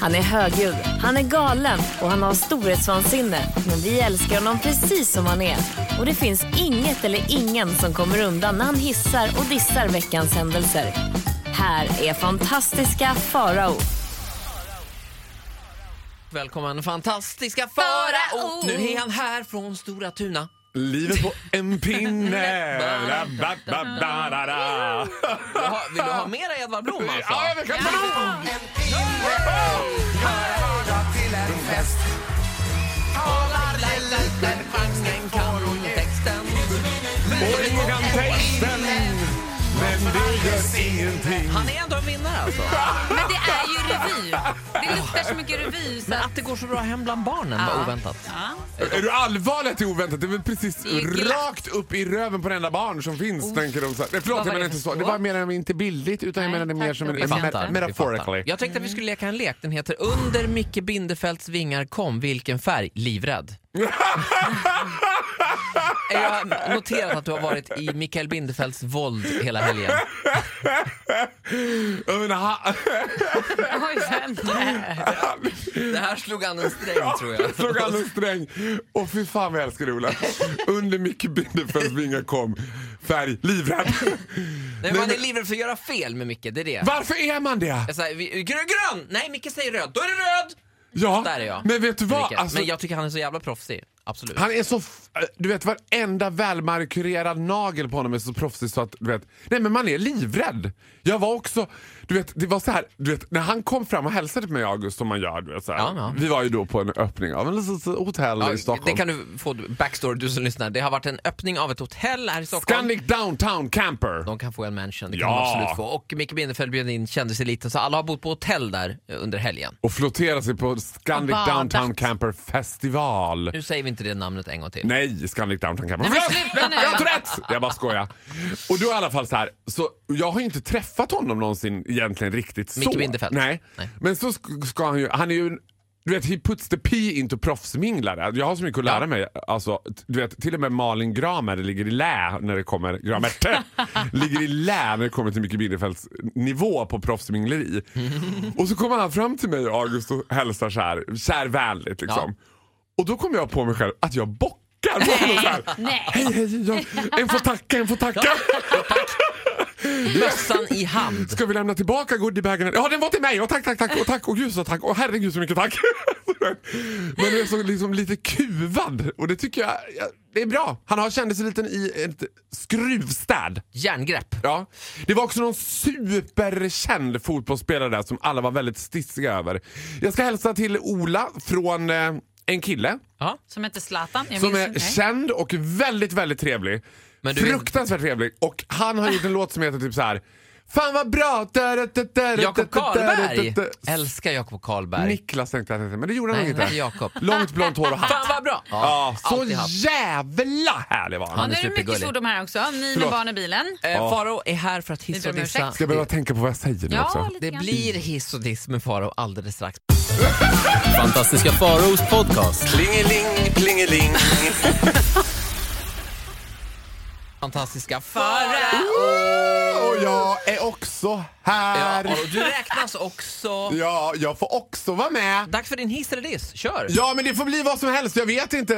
Han är högljudd, han är galen och han har storhetsvansinne. Men vi älskar honom precis som han är. Och det finns inget eller ingen som kommer undan när han hissar och dissar veckans händelser. Här är fantastiska Farao. Välkommen fantastiska Farao! Nu är han här från Stora Tuna. Livet på en pinne. Da, Ba, ba, ba, da, da. Vill du ha, vill du ha mera Edvard Blom alltså? Ja, men kan man ha? Och ingen kan texten. Men det gör ingenting. Han är ändå en vinnare alltså. Men det är ju revy. Det luktar så mycket revy. Så Men att, att det går så bra hem bland barnen var oväntat. ja. Är du allvarligt det är oväntat? Det är väl precis är glatt. rakt upp i röven på den enda barn som finns, tänker de så här. Nej, Förlåt, Vad var det jag menar inte för så. Det så? var mer än inte bildligt, utan jag Nej, menade mer tack, som en jag Vi meta- fattar, vi metaphorically. fattar. Jag tänkte att vi skulle leka en lek. Den heter Under Micke Bindefelds vingar kom vilken färg? Livrädd. Jag har noterat att du har varit i Mikael Bindefelds våld hela helgen. Jag menar, ha- Oj, vänta. Det här slog an en sträng tror jag. slog an en sträng. Och fy fan vad jag älskar det, Ola. Under Micke Bindefelds vingar kom färg, livrädd. Nej, man är livrädd för att göra fel med Micke, det är det. Varför är man det? Jag säger, vi- grön, grön! Nej, Micke säger röd. Då är det röd! Ja, Där är jag. men vet du vad? Micke. Alltså, Men jag tycker han är så jävla proffsig. Absolut. Han är så... f- Du vet, varenda välmarkurerad nagel på honom är så proffsig så att, du vet... Nej, men man är livrädd. Jag var också... Du vet, det var så här... Du vet, när han kom fram och hälsade på mig i August, som man gör, du vet, så här. Ja, ja. Vi var ju då på en öppning av en litet hotell Ja, i Stockholm. det kan du få backstory, du som lyssnar. Det har varit en öppning av ett hotell här i Stockholm. Scandic Downtown Camper. De kan få en mansion, det kan Ja. de absolut få. Och Micke Bindefeld bjöd in kändiseliten, så alla har bott på hotell där eh, under helgen. Och flottera sig på Scandic Och badat. Downtown Camper Festival. Nu säger vi inte det namnet en gång till. Nej, Scandic Downtown Camper. men Förlåt! sluta nu. Jag har Tourettes! Jag bara skojar. Och då i alla fall så här, så jag har ju inte träffat honom någonsin egentligen riktigt så. Micke Bindefeld. Nej. Nej. Men så sk- ska han ju, han är ju en- du vet, he puts the pee into proffsminglare. Jag har så mycket att lära Ja. mig. Alltså, t- du vet, till och med Malin Gramer ligger i lä när det kommer... Gramerte! ligger i lä när det kommer till Micke Bindefelds nivå på proffsmingleri. och så kommer han fram till mig, August, och hälsar så här, kärvänligt liksom. Och då kom jag på mig själv att jag bockar på honom så här. Nej. Hej, hej, ja. en får tacka, en får tacka. Mössan i hand. Ska vi lämna tillbaka goodiebagen? Ja, den var till mig! Och tack, tack, tack! Och tack, och gud så tack! Och herregud så mycket tack! Man är så liksom lite kuvad och det tycker jag, jag det är bra. Han har kändiseliten i ett skruvstäd. Järngrepp. Ja. Det var också någon superkänd fotbollsspelare där som alla var väldigt stissiga över. Jag ska hälsa till Ola från eh, en kille Ja. Som heter Zlatan. Jag som minns är inte. känd och väldigt, väldigt trevlig. Men du är- Fruktansvärt trevlig. Och han har gjort en låt som heter typ så här. Fan vad bra! Jakob Karlberg. Älskar Jakob Karlberg. Niklas tänkte jag att det hette, men det gjorde han Nej, nog nej, inte. Jakob. Långt blont hår och hatt. Fan vad bra! Ja, så alltid haft. jävla härlig var Ja, han. nu är det mycket supergullig. svordom här också. Ni med Förlåt. barn i bilen. Eh, Faro är här för att hissa och Ni ber om dissa. ursäkt. Ska jag behöva tänka på vad jag säger nu också? Ja, lite Det grann. blir hiss och diss med Faro alldeles strax. Fantastiska Faraos podcast. Plingeling, plingeling. Fantastiska Farao! Och jag är också här. Ja, och du räknas också. Ja, jag får också vara med. Dags för din hiss eller diss. Kör! Ja, men det får bli vad som helst. Jag vet inte.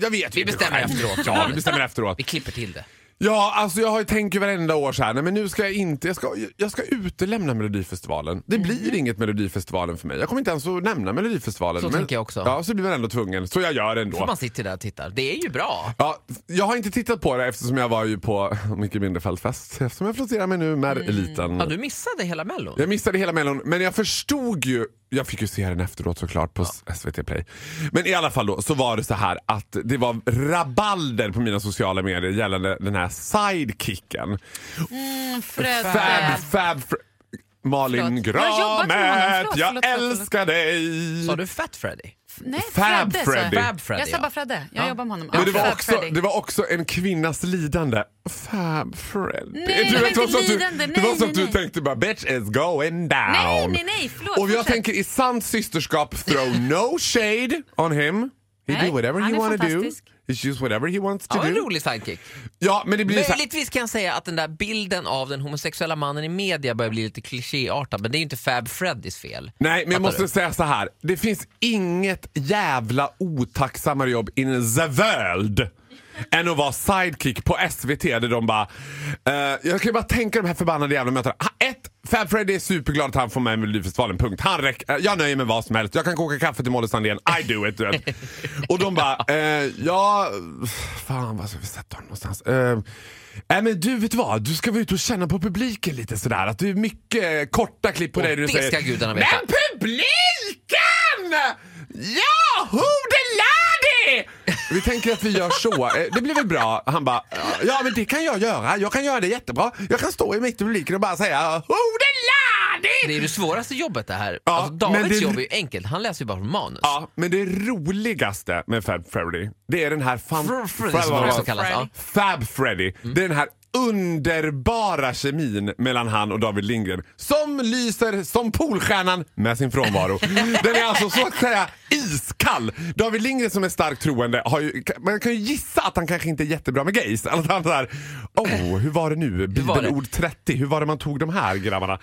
Jag vet Vi inte bestämmer själv. efteråt. Ja, vi bestämmer efteråt. Vi klipper till det. Ja, alltså jag har ju tänkt ju varenda år så här, nej men nu ska jag inte, jag ska, jag ska utelämna Melodifestivalen. Det Mm. blir inget Melodifestivalen för mig. Jag kommer inte ens att nämna Melodifestivalen. Så men, tänker jag också. Ja, så blir man ändå tvungen. Så jag gör ändå. För man sitter där och tittar. Det är ju bra. Ja, jag har inte tittat på det eftersom jag var ju på Micke Bindefeldt-fest. Eftersom jag flotterar mig nu med eliten. Mm. Ja, du missade hela mellon. Jag missade hela Mellon, men jag förstod ju. Jag fick ju se den efteråt såklart på SVT Play. Men i alla fall då så var det så här att det var rabalder på mina sociala medier gällande den här sidekicken. Frös- Fab, fab, fr- Malin Förlåt. Jag jobbar Gramet, för honom. Förlåt, jag förlåt, förlåt, älskar dig! Sa du Fat Freddy? Nej, Fab Fredde, sa jag. Freddy. Fab Freddy, Jag sa ja. bara Fredde. Jag jobbar med honom. Men Ja, det var, Fab också, Freddy. det var också en kvinnas lidande. Fab Freddy. Nej, det var vet, inte som att du, lidande. det var som Nej, nej, att du nej. tänkte bara bitch is going down. Nej, nej, nej. Förlåt. Och jag fortsätt. tänker i sant systerskap, throw no shade on him. He Nej, do whatever han he är wanna do. fantastisk. It's just whatever he wants to Ja, en do. rolig sidekick. Ja, men det blir så här- Möjligtvis kan jag säga att den där bilden av den homosexuella mannen i media börjar bli lite klichéartad, men det är ju inte Fab Freddys fel. Nej, men jag Fattar måste du? säga så här. Det finns inget jävla otacksammare jobb in the world än att vara sidekick på SVT där de bara... eh, jag kan ju bara tänka de här förbannade jävla mötena. Ha- Ett, Fab Freddy är superglad att han får med Melodifestivalen, punkt. Han räck, eh, jag nöjer mig med vad som helst. Jag kan koka kaffe till Molly Sandén. I do it, du vet. Och de bara, eh, ja... Fan, vad ska vi sätta honom någonstans? Eh, Nej men du vet vad, du ska vara ute och känna på publiken lite sådär. Att det är mycket eh, korta klipp på Och dig. där du det säger, ska gudarna veta. Men publiken! Ja, hodeladi! Vi tänker att vi gör så. Eh, Det blir väl bra? Han bara, ja men det kan jag göra. Jag kan göra det jättebra. Jag kan stå i mitt i publiken och bara säga hodeladi! Det är det svåraste jobbet det här. Ja, alltså, Davids men det- jobb är ju enkelt, han läser ju bara från manus. Ja, men det roligaste med Fab Freddy, det är den här Fr- fan... Freddy som det också kallas. Ja. Fab Freddy. Det är den här underbara kemin mellan han och David Lindgren som lyser som Polstjärnan med sin frånvaro. Den är alltså så att säga iskall. David Lindgren som är starkt troende, har ju, man kan ju gissa att han kanske inte är jättebra med gays. Alltså han såhär, oh, hur var det nu? var det? Bibelord 30, hur var det man tog de här grabbarna?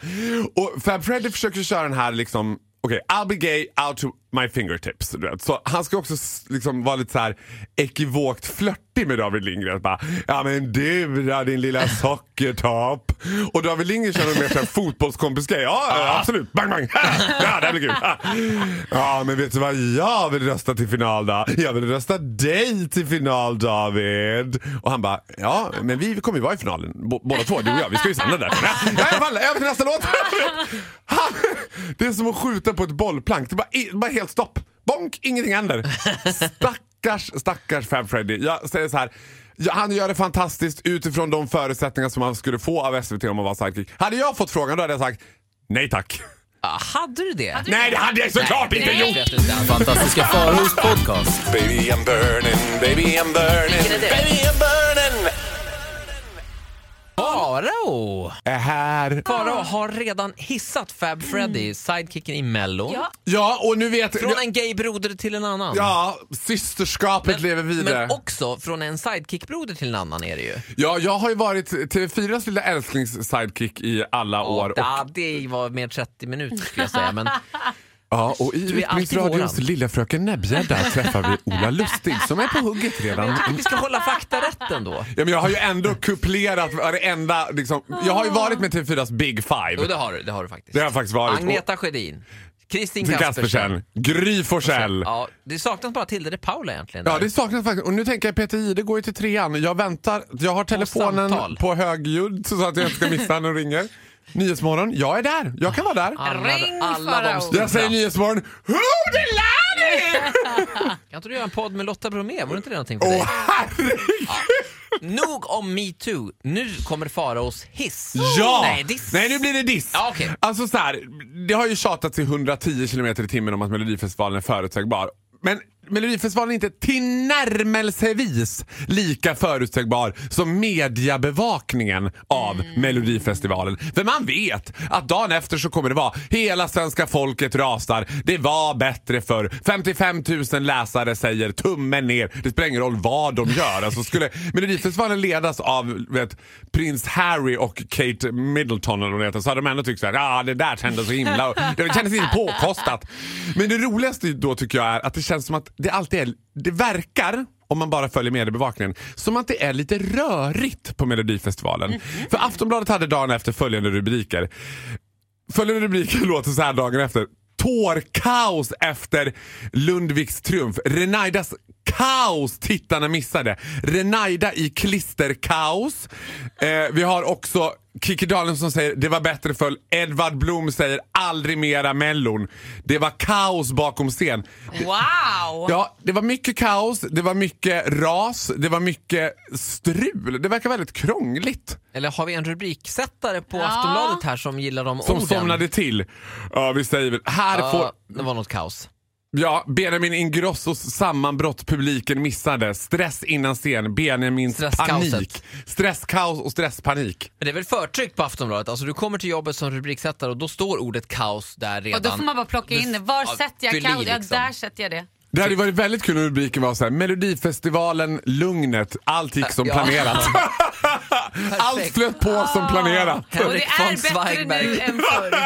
Och Fab Freddy försöker köra den här liksom Okej, I'll be gay out to my fingertips. Du vet. Så han ska också s- liksom vara lite så här ekivokt flörtig med David Lindgren. Bara, ja men du då din lilla sockertopp. Och David Lindgren känner mer såhär fotbollskompisgrej. Ja, ja absolut, bang bang. Ja, det här blir kul. Ja men vet du vad jag vill rösta till final då? Jag vill rösta dig till final David. Och han bara, ja men vi kommer ju vara i finalen b- båda två, du och jag. Vi ska ju samla där. Ja i alla fall, över till nästa låt. Han- Det är som att skjuta på ett bollplank. Det är bara, i- bara helt stopp. Bonk, ingenting händer. Stackars, stackars Fab Freddy. Jag säger så här. ja, Han gör det fantastiskt utifrån de förutsättningar som han skulle få av SVT om han var sidekick. Hade jag fått frågan då hade jag sagt nej tack. Ah, hade du det? Nej det hade jag såklart Nej, inte det gjort! vet du inte alls. Fantastiska Faros podcast. Baby I'm burning, baby I'm burning, baby I'm burning. Farao! Är här. Farao har redan hissat Fab Freddy, sidekicken i Mello. Ja. Ja och nu vet... Från en gaybroder till en annan. Ja, systerskapet lever vidare. Liksom. Men också från en sidekickbroder till en annan är det ju. Ja, jag har ju varit TV4s lilla älsklings-sidekick i alla år. Och, Ja, det var mer 30 minuter skulle jag säga. Men ja, och i Du är alltid Utbildningsradions våran. Lilla Fröken Näbbgädda träffar vi Ola Lustig som är på hugget redan. vi ska hålla fakta rätt ändå. Ja, men jag har ju ändå kuplerat varenda... Liksom, jag har ju varit med TV4s Big Jo, det Five. har du. Det har du faktiskt. Det har jag faktiskt varit. Agneta Sjödin, Kristin Och till Kaspersen. Kaspersen, Gry Forssell. Ja, det saknas bara Tilde de Paula egentligen. Ja, där. det saknas faktiskt. Och nu tänker jag Peter Jihde går ju till trean. Jag väntar. Jag har telefonen samtal. på högljudd så att jag inte ska missa när de ringer. Nyhetsmorgon, jag är där. Jag kan vara där. alla, Ring alla de Farao. stora. Jag säger Nyhetsmorgon, Hodelani! Kan inte du göra en podd med Lotta Bromé? Vore inte det någonting för Åh dig? herregud! Nog om metoo. Nu kommer Faraos hiss. Ja! Nej, diss. nu blir det diss! Ja, okej. Alltså så här, det har ju tjatats i 110 km i timmen om att Melodifestivalen är förutsägbar. Men Melodifestivalen är inte tillnärmelsevis lika förutsägbar som mediebevakningen av Mm. Melodifestivalen. För man vet att dagen efter så kommer det vara hela svenska folket rasar. Det var bättre för 55 000 läsare säger tummen ner. Det spelar ingen roll vad de gör. Alltså skulle Melodifestivalen ledas av vet, prins Harry och Kate Middleton eller vad det heter, så hade de ändå tyckt såhär, ah, det där kändes så himla... och Det kändes inte påkostat. Men det roligaste då tycker jag är att det känns som att det alltid är... Det verkar om man bara följer mediebevakningen, som att det är lite rörigt på Melodifestivalen. För Aftonbladet hade dagen efter följande rubriker. Följande rubriken låter så här dagen efter. Tårkaos efter Lundviks triumf. Renaidas kaos tittarna missade. Renaida i klisterkaos. Eh, vi har också Kikki Danielsson som säger det var bättre förr. Edvard Blom säger aldrig mera Mellon. Det var kaos bakom scen. Wow! Ja, det var mycket kaos, det var mycket ras, det var mycket strul. Det verkar väldigt krångligt. Eller har vi en rubriksättare på Aftonbladet här som gillar de Som orden? somnade till. Ja, vi säger väl, här Ja, får... Det var något kaos. Ja, Benjamin Ingrossos sammanbrott publiken missade. Stress innan scen, Benjamins Stresskaoset. panik. Stresskaos och stresspanik. Men det är väl förtryck på Aftonbladet? Alltså du kommer till jobbet som rubriksättare och då står ordet kaos där redan. Och då får man bara plocka in det. Var Ja, sätter jag fyll i kaos? Ja, liksom. där sätter jag det. Det hade ju varit väldigt kul om rubriken var så här, Melodifestivalen, lugnet, allt gick som Ja. planerat. allt Perfekt. flöt på som planerat. Och det Henrik är von bättre nu Zweigbergk än förr.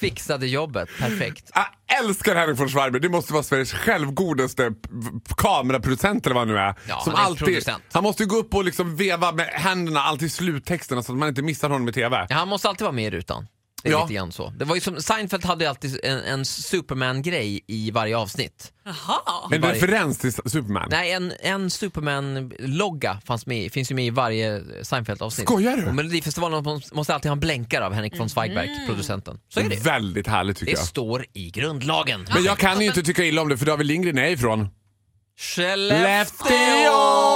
fixade jobbet. Perfekt. Jag älskar Henrik von Schwarber. Det måste vara Sveriges självgodaste p- p- kameraproducent eller vad han nu är. Ja, han är producent. han måste ju gå upp och liksom veva med händerna alltid i sluttexterna så att man inte missar honom i TV. Ja, han måste alltid vara med i rutan. Det är Ja. lite grann så. Det var ju som, Seinfeld hade ju alltid en, en Superman-grej i varje avsnitt. Jaha. En varje- referens till Superman. Nej, en, en Superman-logga fanns med, i- finns ju med i varje Seinfeld-avsnitt. Skojar du? Och Melodifestivalen måste- måste alltid ha en blänkare av Henrik von Zweigbergk, producenten. Så är det. Väldigt härligt tycker Det jag. står i grundlagen. Mm. Men jag kan ju inte tycka illa om det för David Lindgren är ifrån. Skellefteå!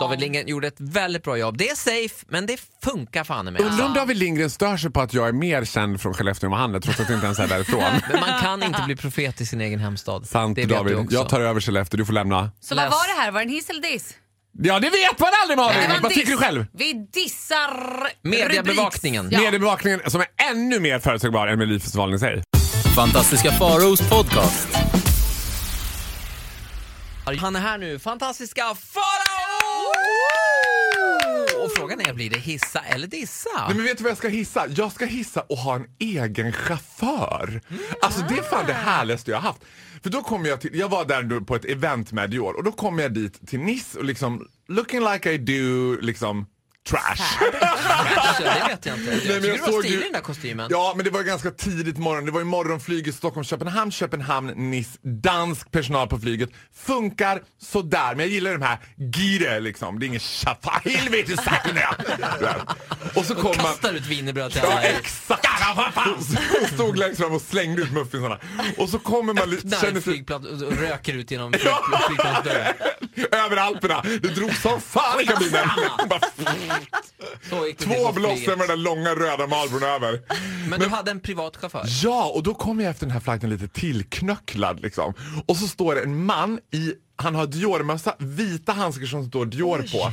David Lindgren gjorde ett väldigt bra jobb. Det är safe, men det funkar fan i mig. alltså. Undrar om David Lindgren stör sig på att jag är mer känd från Skellefteå än vad han är trots att jag inte ens är därifrån. Men man kan inte bli profet i sin egen hemstad. Sant det vet David. du också. Jag tar över Skellefteå, du får lämna. Så Läs. vad var det här? Var det en hiss eller diss? Ja det vet man aldrig Det var Malin! en Vad diss. tycker du själv? Vi dissar Mediebevakningen. rubriks- Ja. Mediebevakningen som är ännu mer förutsägbar än Melodifestivalen i sig. Fantastiska Faros podcast. Han är här nu, fantastiska Farao! Och frågan är, blir det hissa eller dissa? Nej, men vet du vad jag ska hissa? Jag ska hissa och ha en egen chaufför. Alltså det är fan det härligaste jag har haft. För då kom jag till, jag var där nu på ett event med Dior och då kom jag dit till Nice och liksom looking like I do liksom trash. Kanske, Alltså, det vet jag inte. Jag tycker jag du var såg stilig i ju- den där kostymen. Ja, men det var ganska tidigt morgon. Det var ju morgonflyget Stockholm-Köpenhamn, Köpenhamn-Nice. Dansk personal på flyget. Funkar sådär, men jag gillar de här gire liksom. Det är ingen tjaffa. Helvete saken Och så kom man... Kastar ut wienerbröd till Ja, alla. exakt! Hon stod längst fram och slängde ut muffinsarna. Och så kommer man lite... Öppnar känner ett sig- flygplan och och röker ut genom flyg- flygplansdörren. Över Alperna. Det drog som fan i kabinen. Bara Så gick det till Två på blås, flyget. sen var den långa röda Marlboron över. Men du hade en privat chaufför. Ja, och då kommer jag efter den här flighten lite tillknöcklad liksom. Och så står det en man i, han har Dior-mössa, vita handskar som står Dior på.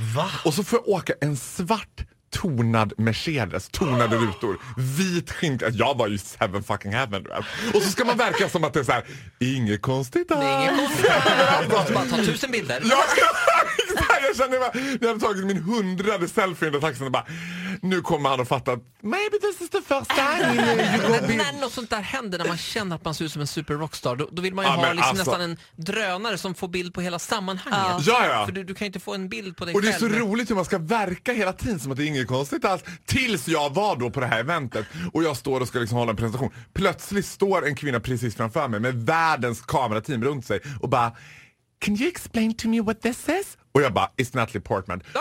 Och så får jag åka en svart tonad Mercedes, tonade rutor, vit skinn. Jag var ju seven fucking heaven du vet. Och så ska man verka som att det är så här, inget konstigt Det är inget alls. konstigt. Du måste bara ta tusen bilder. Ja, exakt. jag kände bara, när jag hade tagit min hundrade selfie i den där taxin och bara, nu kommer han att fatta att maybe this is the first time you go Men när något sånt där händer, när man känner att man ser ut som en super rockstar, då, då vill man ju Ja, ha men liksom alltså. nästan en drönare som får bild på hela sammanhanget. Ja, ja. För du, du kan ju inte få en bild på dig Och det är själv. så roligt hur man ska verka hela tiden som att det är inget konstigt alls. Tills jag var då på det här eventet och jag står och ska liksom hålla en presentation. Plötsligt står en kvinna precis framför mig med världens kamerateam runt sig och bara Can you explain to me what this is? Och jag bara, it's Natalie Portman. Ah!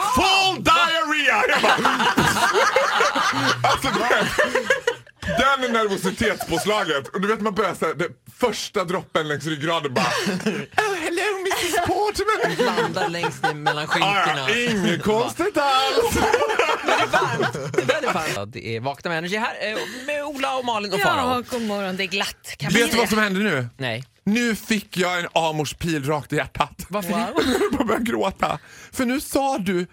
Full diarrhea! Jag bara, alltså, du vet, den nervositetspåslaget. Och du vet man börjar såhär, det första droppen längs ryggraden bara Oh hello Mrs Portman! landar längst ner mellan skinkorna. Ah, inget konstigt alls! Det är väldigt varmt. Ja, Det är Vakna med Energy här eh, med Ola och Malin och Ja, Farao. god morgon. Det är glatt. Kan Vet du vad som hände nu? Nej. Nu fick jag en Amors pil rakt i hjärtat. Varför Jag började gråta. För nu sa du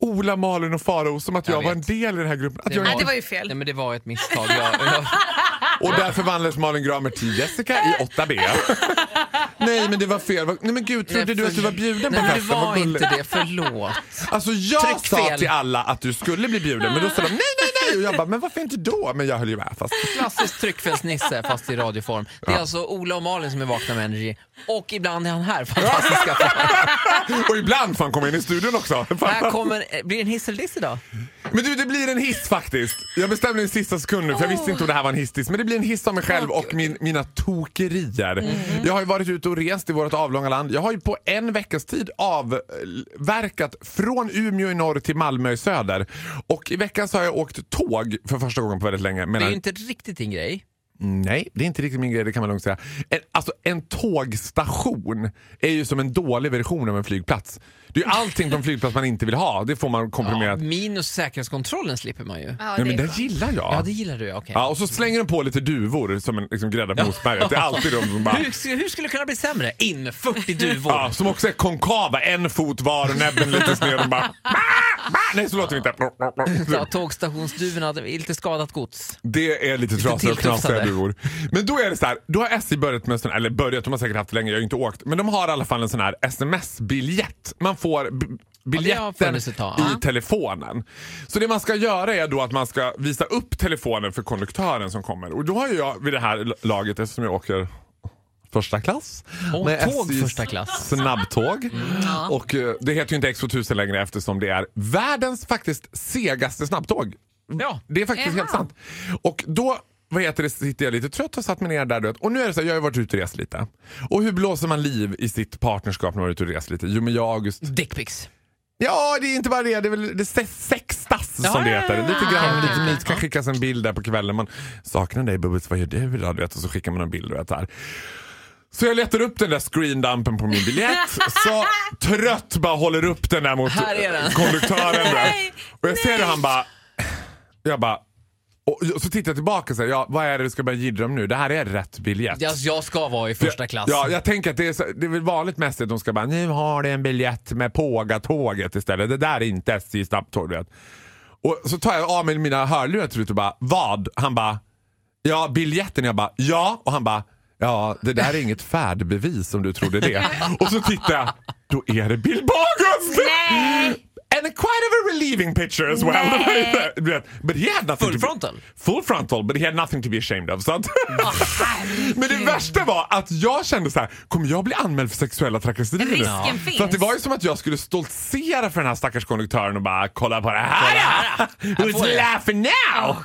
Ola, Malin och Faro som att jag, Jag var en vet. del i den här gruppen. Att jag Nej, det var var... ju fel. Nej men det var ett misstag. Jag, jag, Och där förvandlades Malin Gramer till Jessica i 8B. Nej men det var fel. Nej men gud, trodde Nej, du att du förl- var bjuden Nej, på men det festen? Vad var gulligt. inte det, förlåt. Alltså jag Tryck sa fel. till alla att du skulle bli bjuden men då sa de nej, nej, nej. Och jag bara, men varför inte då? Men jag höll ju med fast. Klassisk tryckfelsnisse fast i radioform. Det är alltså Ola och Malin som är Vakna med Energy och ibland är han här, fantastiska Farao. Och ibland får han komma in i studion också. Här kommer, eh, blir det en hiss eller diss idag? Men du, det blir en hiss faktiskt. Jag bestämde i sista sekund nu för jag visste inte om det här var en hissdiss. Men det blir en hiss av mig själv och min, mina Mm. tokerier. Mm. Jag har ju varit ute och rest i vårt avlånga land. Jag har ju på en veckas tid avverkat från Umeå i norr till Malmö i söder. Och i veckan så har jag åkt tåg för första gången på väldigt länge. Det är Medan, ju inte riktigt din grej. Nej, det är inte riktigt min grej, det kan man lugnt säga. En, alltså en tågstation är ju som en dålig version av en flygplats. Det är ju allting på en flygplats man inte vill ha. Det får man komprimerat. Minus säkerhetskontrollen slipper man ju. Ja, Nej, det men är den bra. gillar jag. Ja, det gillar du, okej. Ja, och så slänger de på lite duvor som en liksom, grädda på mosberget. Det är alltid de som bara... Hur, sk- hur skulle det kunna bli sämre? In med 40 duvor. Ja, som också är konkava, en fot var och näbben lite sned. Och bara, "Ah!" Nej, så låter vi inte. Ja, tågstationsduvorna hade lite skadat gods. Det är lite trasiga och tilltufsade. knasiga duvor. Men då är det så här, då har SJ börjat med en sån här, eller börjat, de har säkert haft det länge, jag har ju inte åkt. Men de har i alla fall en sån här sms-biljett. Man får b- biljetten funnits ett tag, ja. i telefonen. Så det man ska göra är då att man ska visa upp telefonen för konduktören som kommer. Och då har ju jag vid det här laget, eftersom jag åker första klass. Åh, med tåg SJs första klass. Mm, Snabbtåg. Och eh, det heter ju inte X2000 längre eftersom det är världens faktiskt segaste snabbtåg. Ja. Det är faktiskt Jaha. helt sant. Och då vad heter det, sitter jag lite trött och satt mig ner där. Du vet. Och nu är det så här, jag har ju varit ute och rest lite. Och hur blåser man liv i sitt partnerskap när man är ute och rest lite? Jo men jag och August. Dickpics. Ja det är inte bara det, det är väl det se- sextas som det heter. Lite grann, lite mys. Kan skickas en bild där på kvällen. Man saknar dig Bubbis, vad gör du idag? Du vet, och så skickar man en bild. Du vet, så här. Så jag letar upp den där screendumpen på min biljett. så trött bara håller upp den där mot Här är den. konduktören. Där. Nej, Och jag ser hur han bara... Jag bara... Och så tittar jag tillbaka och säger, ja, vad är det du ska börja jiddra om nu? Det här är rätt biljett. Jag, alltså jag ska vara i första klass. Ja, jag tänker att det är, så, det är väl vanligt mest att de ska bara nu har du en biljett med Pågatåget istället. Det där är inte SJ snabbtåg. du vet. Och så tar jag av mig mina hörlurar till slut och bara vad? Han bara ja biljetten. Jag bara ja och han bara ja det där är inget färdbevis om du trodde det. och så tittar jag då är det Bill Bagus! Nej! And a quite of a relieving picture as well. Nej. Du vet, but he had nothing Full to be- frontal? Full frontal, but he had nothing to be ashamed of. Så att herregud. Men det värsta var att jag kände så här: kommer jag bli anmäld för sexuella trakasserier? nu? Risken finns. För att det var ju som att jag skulle stoltsera för den här stackars konduktören och bara kolla på det här! ja! får Who's jag. laughing now?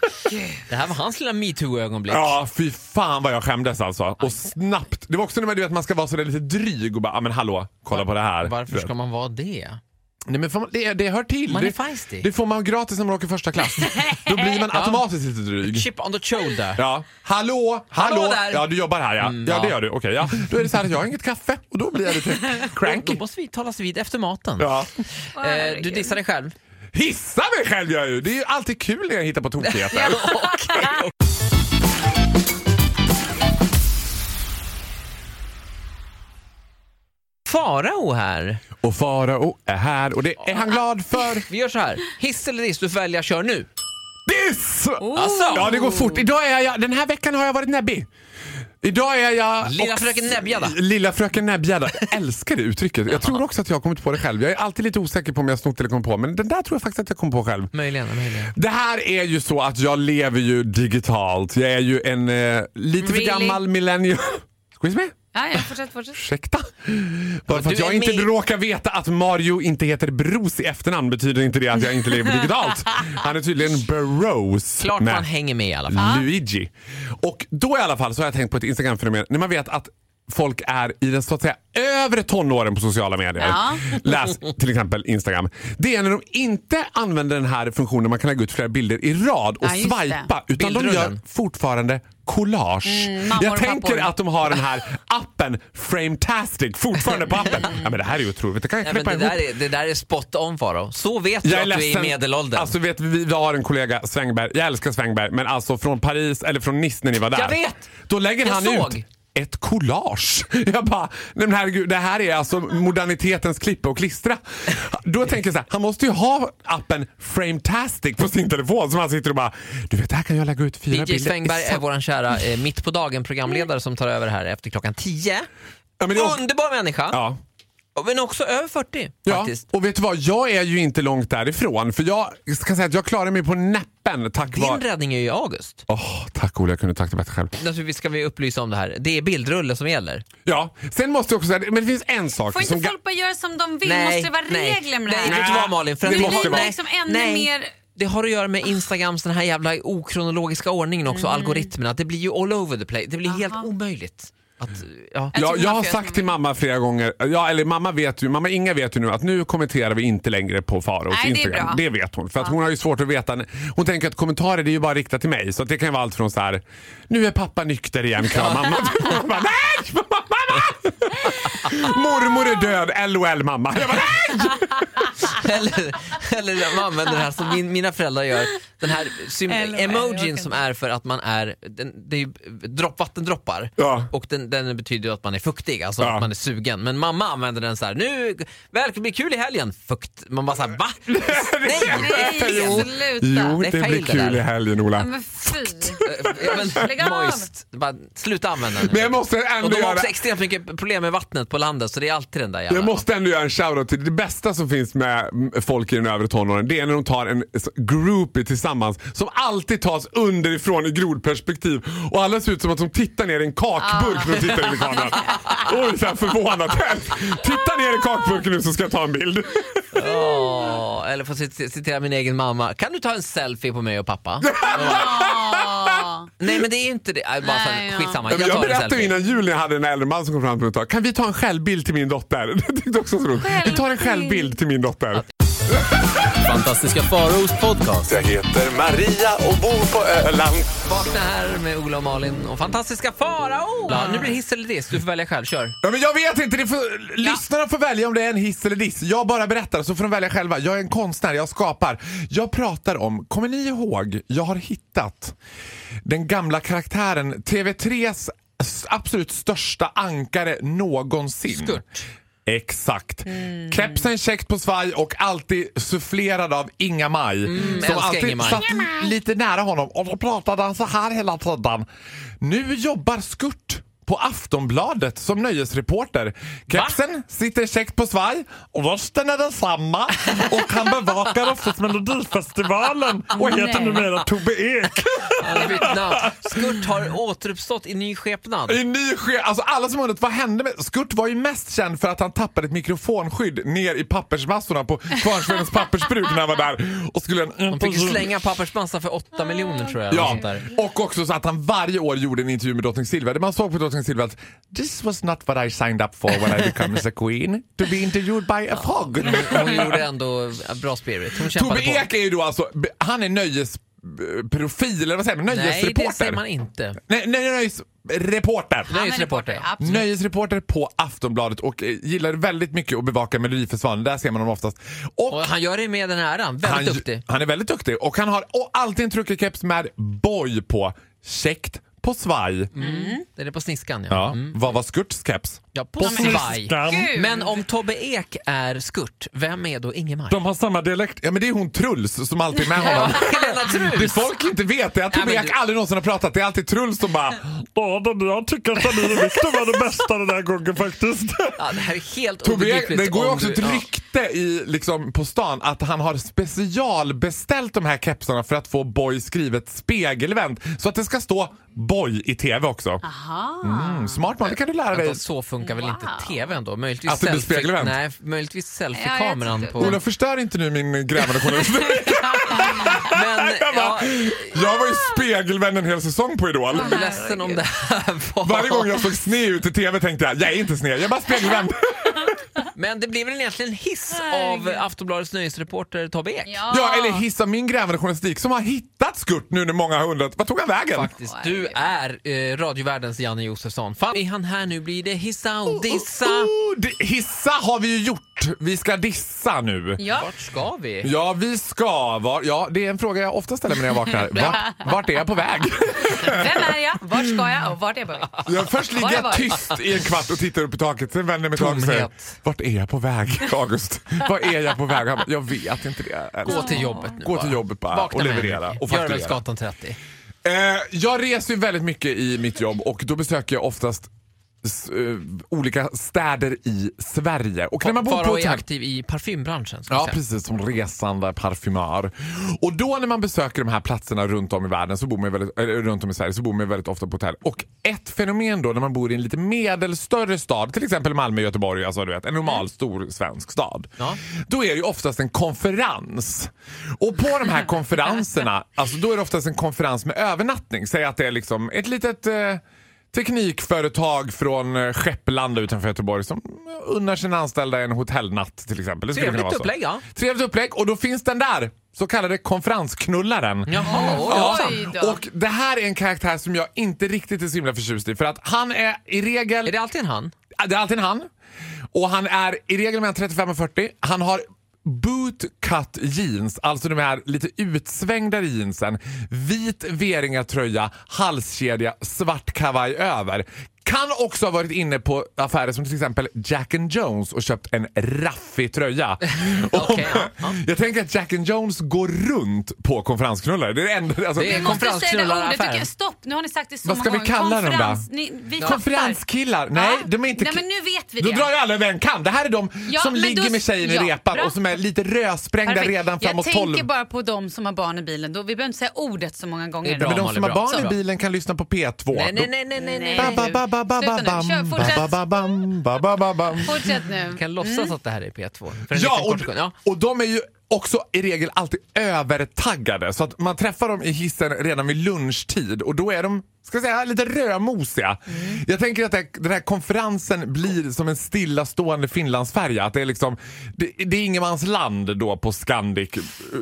Det här var hans lilla metoo-ögonblick. Ja, fy fan vad jag skämdes alltså. Och snabbt. Det var också när man, du vet, man ska vara så där lite dryg och bara, ah, men hallå, kolla på det här. Varför ska man vara det? Nej, men får man, det, det hör till. Man är det, feisty. det får man gratis när man åker första klass. Då blir man automatiskt lite dryg. Chip on the shoulder. Ja. Hallå, hallå! Hallå där. Mm, Ja, du jobbar här ja. ja, det ja. gör du. Okej, ja. Då är det så här att jag har inget kaffe och då blir jag lite Då cranky. måste vi talas vid efter maten. Ja. Eh, du dissar dig själv. Hissa mig själv gör jag ju! Det är ju alltid kul när jag hittar på tokigheter. Farao här. Och Farao är här och det är han glad för. Vi gör så här. Hiss eller diss? Du får välja. Kör nu. Diss! Alltså. Ja, det går fort. Idag är jag, den här veckan har jag varit näbbig. Idag är jag... Lilla och- fröken Näbbgädda. Lilla fröken Näbbgädda. Jag älskar det uttrycket. Jag tror också att jag har kommit på det själv. Jag är alltid lite osäker på om jag har snott eller kom på. Men den där tror jag faktiskt att jag kom på själv. Möjligen, möjligen. Det här är ju så att jag lever ju digitalt. Jag är ju en eh, lite Really? för gammal millennium. Squeeze me? Ja, ja, fortsätt, fortsätt. Ursäkta? Bara för du att jag är inte med- råkar veta att Mario inte heter Bros i efternamn betyder inte det att jag inte lever digitalt. Han är tydligen Burrows. Klart med man hänger med i alla fall. Luigi. Och då i alla fall så har jag tänkt på ett Instagram-fenomen. När man vet att folk är i den så att säga övre tonåren på sociala medier. Ja. Läs till exempel Instagram. Det är när de inte använder den här funktionen man kan lägga ut flera bilder i rad och Ja, just det. swipa. Utan de gör Bildrullen. fortfarande collage. jag mammor Mm, och tänker pappor. att de har den här appen Frametastic fortfarande på appen. Ja, men det här är ju otroligt. Det kan jag Nej, men klippa det, ihop. där är, det där är spot on Farao. Så vet jag, Jag är att du är i ledsen. medelåldern. Alltså vet vi, vi har en kollega, Svängberg. Jag älskar Svängberg, men alltså från Paris eller från Nice när ni var där. Jag vet! Då lägger Jag han såg. ut ett collage. Jag bara, nej men herregud, det här är alltså modernitetens klippa och klistra. Då tänker jag så här, han måste ju ha appen Frametastic på sin telefon som han sitter och bara, du vet här kan jag lägga ut fyra DJ bilder. Svängberg är vår kära eh, mitt på dagen programledare som tar över här efter klockan 10. ja, men det är också, Underbar människa, ja. men också över 40 Ja, faktiskt. och vet du vad? Jag är ju inte långt därifrån för jag ska säga att jag klarar mig på näppen tack Din vare... räddning är ju i August. Åh, tack Ola, jag kunde tacka bättre själv. Naturligtvis ska vi upplysa om det här. Det är bildrulle som gäller. Ja, sen måste jag också säga, men det finns en sak Får som... inte ga- folk bara göra som de vill? Nej, Måste det vara nej. regler med det Nej, här? vet du vad Malin? För att Det vi- nej, måste vara. Det är liksom ännu mer- Det har att göra med Instagrams den här jävla okronologiska ordningen också, Mm. algoritmerna. Det blir ju all over the place. Det blir helt omöjligt. Att, ja. Jag Ja, tror jag har maffian sagt ska till mamma flera gånger, ja, eller mamma vet ju, mamma Inga vet ju nu att nu kommenterar vi inte längre på Faros Nej, det är Instagram. bra. Det vet hon. För att hon har ju svårt att veta. Hon tänker att kommentarer det är ju bara riktat till mig. Så att det kan ju vara allt från så här, nu är pappa nykter igen, kram mamma. Hon bara, Nej! Mamma! Mormor är död, LOL mamma. Jag bara, "Nej!" eller, eller man använder det här som min, mina föräldrar gör. Den här sym- Eller vad är det? Jag orkar emojin inte. som är för att man är, den, det är ju dropp, vattendroppar. Ja. Och den, den betyder ju att man är fuktig, alltså Ja. att man är sugen. Men mamma använder den så här, nu, välkommen, det blir kul i helgen. Fukt. Man bara såhär, va? Nej! Nej, sluta. Jo, Det är det fel blir det kul där. i helgen Ola. Men fy. Ja, men, Lägg av. moist. Bara, sluta använda den. Men jag måste Och ändå de har göra... också extremt mycket problem med vattnet på landet så det är alltid den där jävla... Jag måste ändå göra en shoutout till det bästa som finns med mm, folk i den övre tonåren. Det är när de tar en s- groupie tillsammans som alltid tas underifrån i grodperspektiv och alla ser ut som att de tittar ner i en kakburk Ah. när de tittar in i kameran. Och är så här förvånat. Titta ner i kakburken nu så ska jag ta en bild. Ja, eller för att cit- citera min egen mamma. Kan du ta en selfie på mig och pappa? Ja. Nej men det är ju inte det. Äh, bara så, Nej, ja. skitsamma, Jag, jag tar en berättade selfie. innan jul när jag hade en äldre man som kom fram till mig och sa Kan vi ta en självbild till min dotter? Det tyckte jag också var så roligt. Vi tar en självbild till min dotter. Fantastiska Faraos podcast. Jag heter Maria och bor på Öland. Vakna här med Ola och Malin och fantastiska Farao! Ja, nu blir det hiss eller diss, du får välja själv. Kör. Ja, men jag vet inte, det får, lyssnarna får välja om det är en hiss eller diss. Jag bara berättar så får de välja själva. Jag är en konstnär, jag skapar. Jag pratar om, kommer ni ihåg, jag har hittat den gamla karaktären TV3s s- absolut största ankare någonsin. Skurt. Exakt. Kepsen käckt på svaj och alltid sufflerad av Inga-Maj. som älskar alltid Inga-Maj. satt lite nära honom och då pratade han så här hela tiden. Nu jobbar Skurt på Aftonbladet som nöjesreporter. Kepsen sitter käckt på svaj, rösten är densamma och han bevakar oftast Melodifestivalen och heter Nej. numera Tobbe Ek. Han har bytt namn. Skurt har återuppstått i ny skepnad. I ny ske- alltså alla som undrat vad hände med... Skurt var ju mest känd för att han tappade ett mikrofonskydd ner i pappersmassorna på Kvarnsvedens pappersbruk när han var där. Och skulle en De fick ju slänga pappersmassa för 8 miljoner tror jag. eller Ja, Sånt där. och också så att han varje år gjorde en intervju med drottning Silvia där man såg på drottning Silvia att this was not what I signed up for when I becomes a queen, to be interviewed by a frog. Hon gjorde ändå bra spirit. Hon kämpade Tobbe Ek är ju då alltså, han är nöjesprofil, eller vad säger man, på. Nej, nöjesreporter? det säger man inte. Nej, nej, nöjesreporter. Ja, men Nöjesreporter, ja. absolut. Nöjesreporter på Aftonbladet och eh, gillar väldigt mycket att bevaka Melodifestivalen. Där ser man honom oftast. Och Och han gör det med den här äran. Väldigt han, duktig. han är väldigt duktig och han har och alltid en truckerkeps med boj på. Käckt på svaj. Mm. Den är på sniskan ja. Ja. Vad var Skurts keps? Mm. Ja, på svaj. Gud. Men om Tobbe Ek är skurt, vem är då Ingemar? De har samma dialekt. Ja men det är hon Truls som alltid är med honom. Helena Det Trus! folk inte vet är att Tobbe men Ek du- aldrig någonsin har pratat. Det är alltid Truls som bara Ja, den, jag tycker att Danilo Victor var det bästa den här gången faktiskt. Ja, det här är helt Tobbe Ek, obegripligt. det går ju om också du- ett rykte i, liksom, på stan att han har specialbeställt de här kepsarna för att få Boy skrivet spegelvänt. Så att det ska stå Boy i TV också. Mm, smart man, det kan du lära Ja. Vänta, dig. så funkar väl inte tv ändå? Möjligtvis Att det blir spegelvänt? Nej, möjligtvis Ja, selfie-kameran jag på... Ola, förstör inte nu min grävande journalistik. Men, ja, jag var ju spegelvänd en hel säsong på Idol. jag är ledsen om det här var... Varje gång jag såg sned ut i TV tänkte jag, jag är inte sned, jag är bara spegelvänd. Men det blir väl egentligen en hiss av Herregud. Aftonbladets nyhetsreporter Tobbe Ek? Ja, eller hissa min grävande journalistik som har hittat Skurt nu när många har undrat, vad tog han vägen? Faktiskt, du är eh, radiovärldens Janne Josefsson. Fan, är han här nu blir det hissa och dissa. Oh, det- hissa har vi ju gjort. Vi ska dissa nu. Ja. Vart ska vi? Ja, vi ska var, Ja, det är en fråga jag ofta ställer mig när jag vaknar. Vart, vart är jag på väg? Vem är jag? Vart ska jag och vart är jag på väg? Jag först ligger Var är jag var? tyst i en kvart och tittar upp i taket. Sen vänder jag mig till August och säger, Tomhet. vart är jag på väg, August? Vart är jag på väg? Han bara, Jag vet inte det. Gå till jobbet nu Gå till bara. jobbet bara Vakna och med leverera mig. och fakturera. Görvelsgatan 30. Eh, jag reser ju väldigt mycket i mitt jobb och då besöker jag oftast s- eh, olika städer i Sverige. Och när man bor på Farao är hotell- aktiv i parfymbranschen. ska Ja, jag säga. precis. Som resande parfymör. Och då när man besöker de här platserna runt om i världen så bor man ju väldigt, eller runt om i Sverige så bor man ju väldigt ofta på hotell. Och ett fenomen då när man bor i en lite medelstörre stad, till exempel Malmö, Göteborg, alltså du vet, en normal stor svensk stad. Ja. Då är det ju oftast en konferens. Och på de här konferenserna, alltså då är det oftast en konferens med övernattning. Säg att det är liksom ett litet eh, teknikföretag från eh, Skepplanda utanför Göteborg som unnar sina anställda en hotellnatt till exempel. Det skulle Trevligt kunna vara så. upplägg, ja. Trevligt upplägg och då finns den där så kallade konferensknullaren. Jaha, oj. Ja, Oj då. och det här är en karaktär som jag inte riktigt är så himla förtjust i för att han är i regel... Är det alltid en han? Det är alltid en han. Och han är i regel mellan 35 och 40. Han har bootcut jeans, alltså de här lite utsvängda jeansen. Vit V-ringar-tröja, halskedja, svart kavaj över. Kan också ha varit inne på affärer som till exempel Jack and Jones och köpt en raffig tröja. Och- Okej, ja, Jag tänker att Jack and Jones går runt på konferensknullar. Det är det enda, alltså, Det Vi är måste säga det ordet. konferensknullaraffär. Tycker jag, stopp, nu har ni sagt det så Vad ska många vi kalla dem då? Konferens- Ni, vi fattar. Konferenskillar? Nej, Ja. de är inte Nej, ki- men nu vet vi Då det. drar jag alla över en kam. Det här är de Ja, som men ligger då- med tjejen ja, i repan bra. och som är lite rödsprängda Perfekt. redan framåt Jag 12. tänker bara på de som har barn i bilen. Då, vi behöver inte säga ordet så många gånger. Det är bra. Ja, Men de Malin, som har bra. barn Så i bra. bilen kan lyssna på P2. Nej, nej, nej, nej, nej, nej. Ba, ba, ba, ba, ba, Sluta ba, bam, nu. Kör, ba, fortsätt. ba, ba, bam, ba, ba, ba, bam. Fortsätt nu. Jag kan låtsas att det här är P2. För en Mm. Ja liten kort sekund. ja. och, och de är ju också i regel alltid övertaggade. Så att man träffar dem i hissen redan vid lunchtid och då är de ska jag säga, lite rödmosiga. Mm. Jag tänker att det- den här konferensen blir som en stillastående Finlandsfärja. Att det, är liksom, det, det är ingenmansland då på Scandic.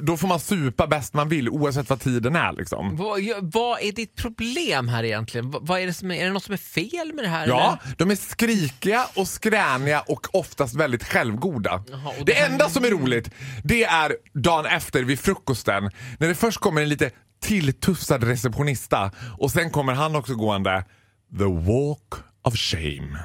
Då får man supa bäst man vill oavsett vad tiden är. Liksom. Vad, ja, vad är ditt problem här egentligen? Vad, vad är, det som är, är det något som är fel med det här? Ja, eller? de är skrikiga och skräniga och oftast väldigt självgoda. Jaha, och det det här- enda som är roligt, det är dagen efter vid frukosten när det först kommer en lite tilltufsad receptionista och sen kommer han också gående the walk of shame.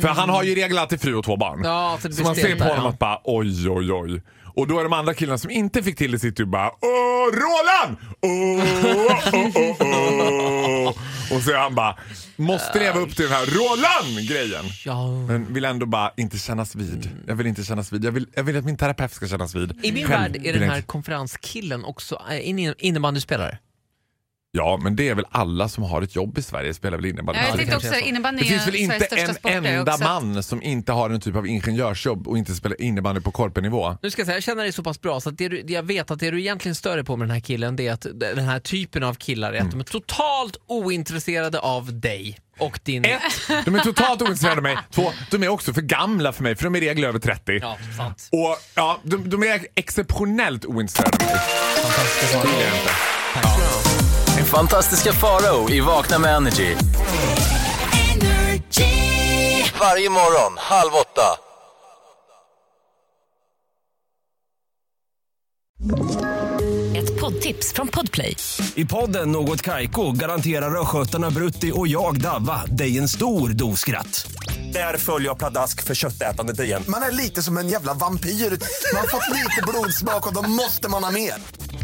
För han har ju i regel alltid fru och två barn. Ja, så det blir man ser stelt på där, honom ja. att bara oj, oj, oj. Och då är de andra killarna som inte fick till det sitter ju bara Åh, Roland! Åh, åh, åh, åh. Och så är han bara, måste leva upp till den här Roland-grejen. Ja. Mm. Men vill ändå bara inte kännas vid. Jag vill inte kännas vid. Jag vill, jag vill att min terapeut ska kännas vid. I min Själv värld är vill den jag här inte- konferenskillen också eh, in- innebandyspelare. Ja, men det är väl alla som har ett jobb i Sverige spelar väl innebandy. Ja, jag tänkte kanske också är så. innebandy Det är finns väl Sveriges inte största en sport, det är enda också- man som inte har en typ av ingenjörsjobb och inte spelar innebandy på korpenivå. Nu ska jag säga, jag känner dig så pass bra så att det du, det jag vet att det du egentligen stör dig på med den här killen det är att den här typen av killar Mm. är att de är totalt ointresserade av dig och din... Ett, de är totalt ointresserade av mig. Två, de är också för gamla för mig för de är i regel över 30. Ja, sant. Och ja, de, de är exceptionellt ointresserade av mig. Fantastiska Det svar. är jag inte. Fantastiska Farao i Vakna med Energy. Varje morgon, halv åtta. Ett poddtips från Podplay. I podden Något Kaiko garanterar östgötarna Brutti och jag, Davva, dig en stor dos skratt. Där följer jag pladask för köttätandet igen. Man är lite som en jävla vampyr. Man har fått lite blodsmak och då måste man ha mer.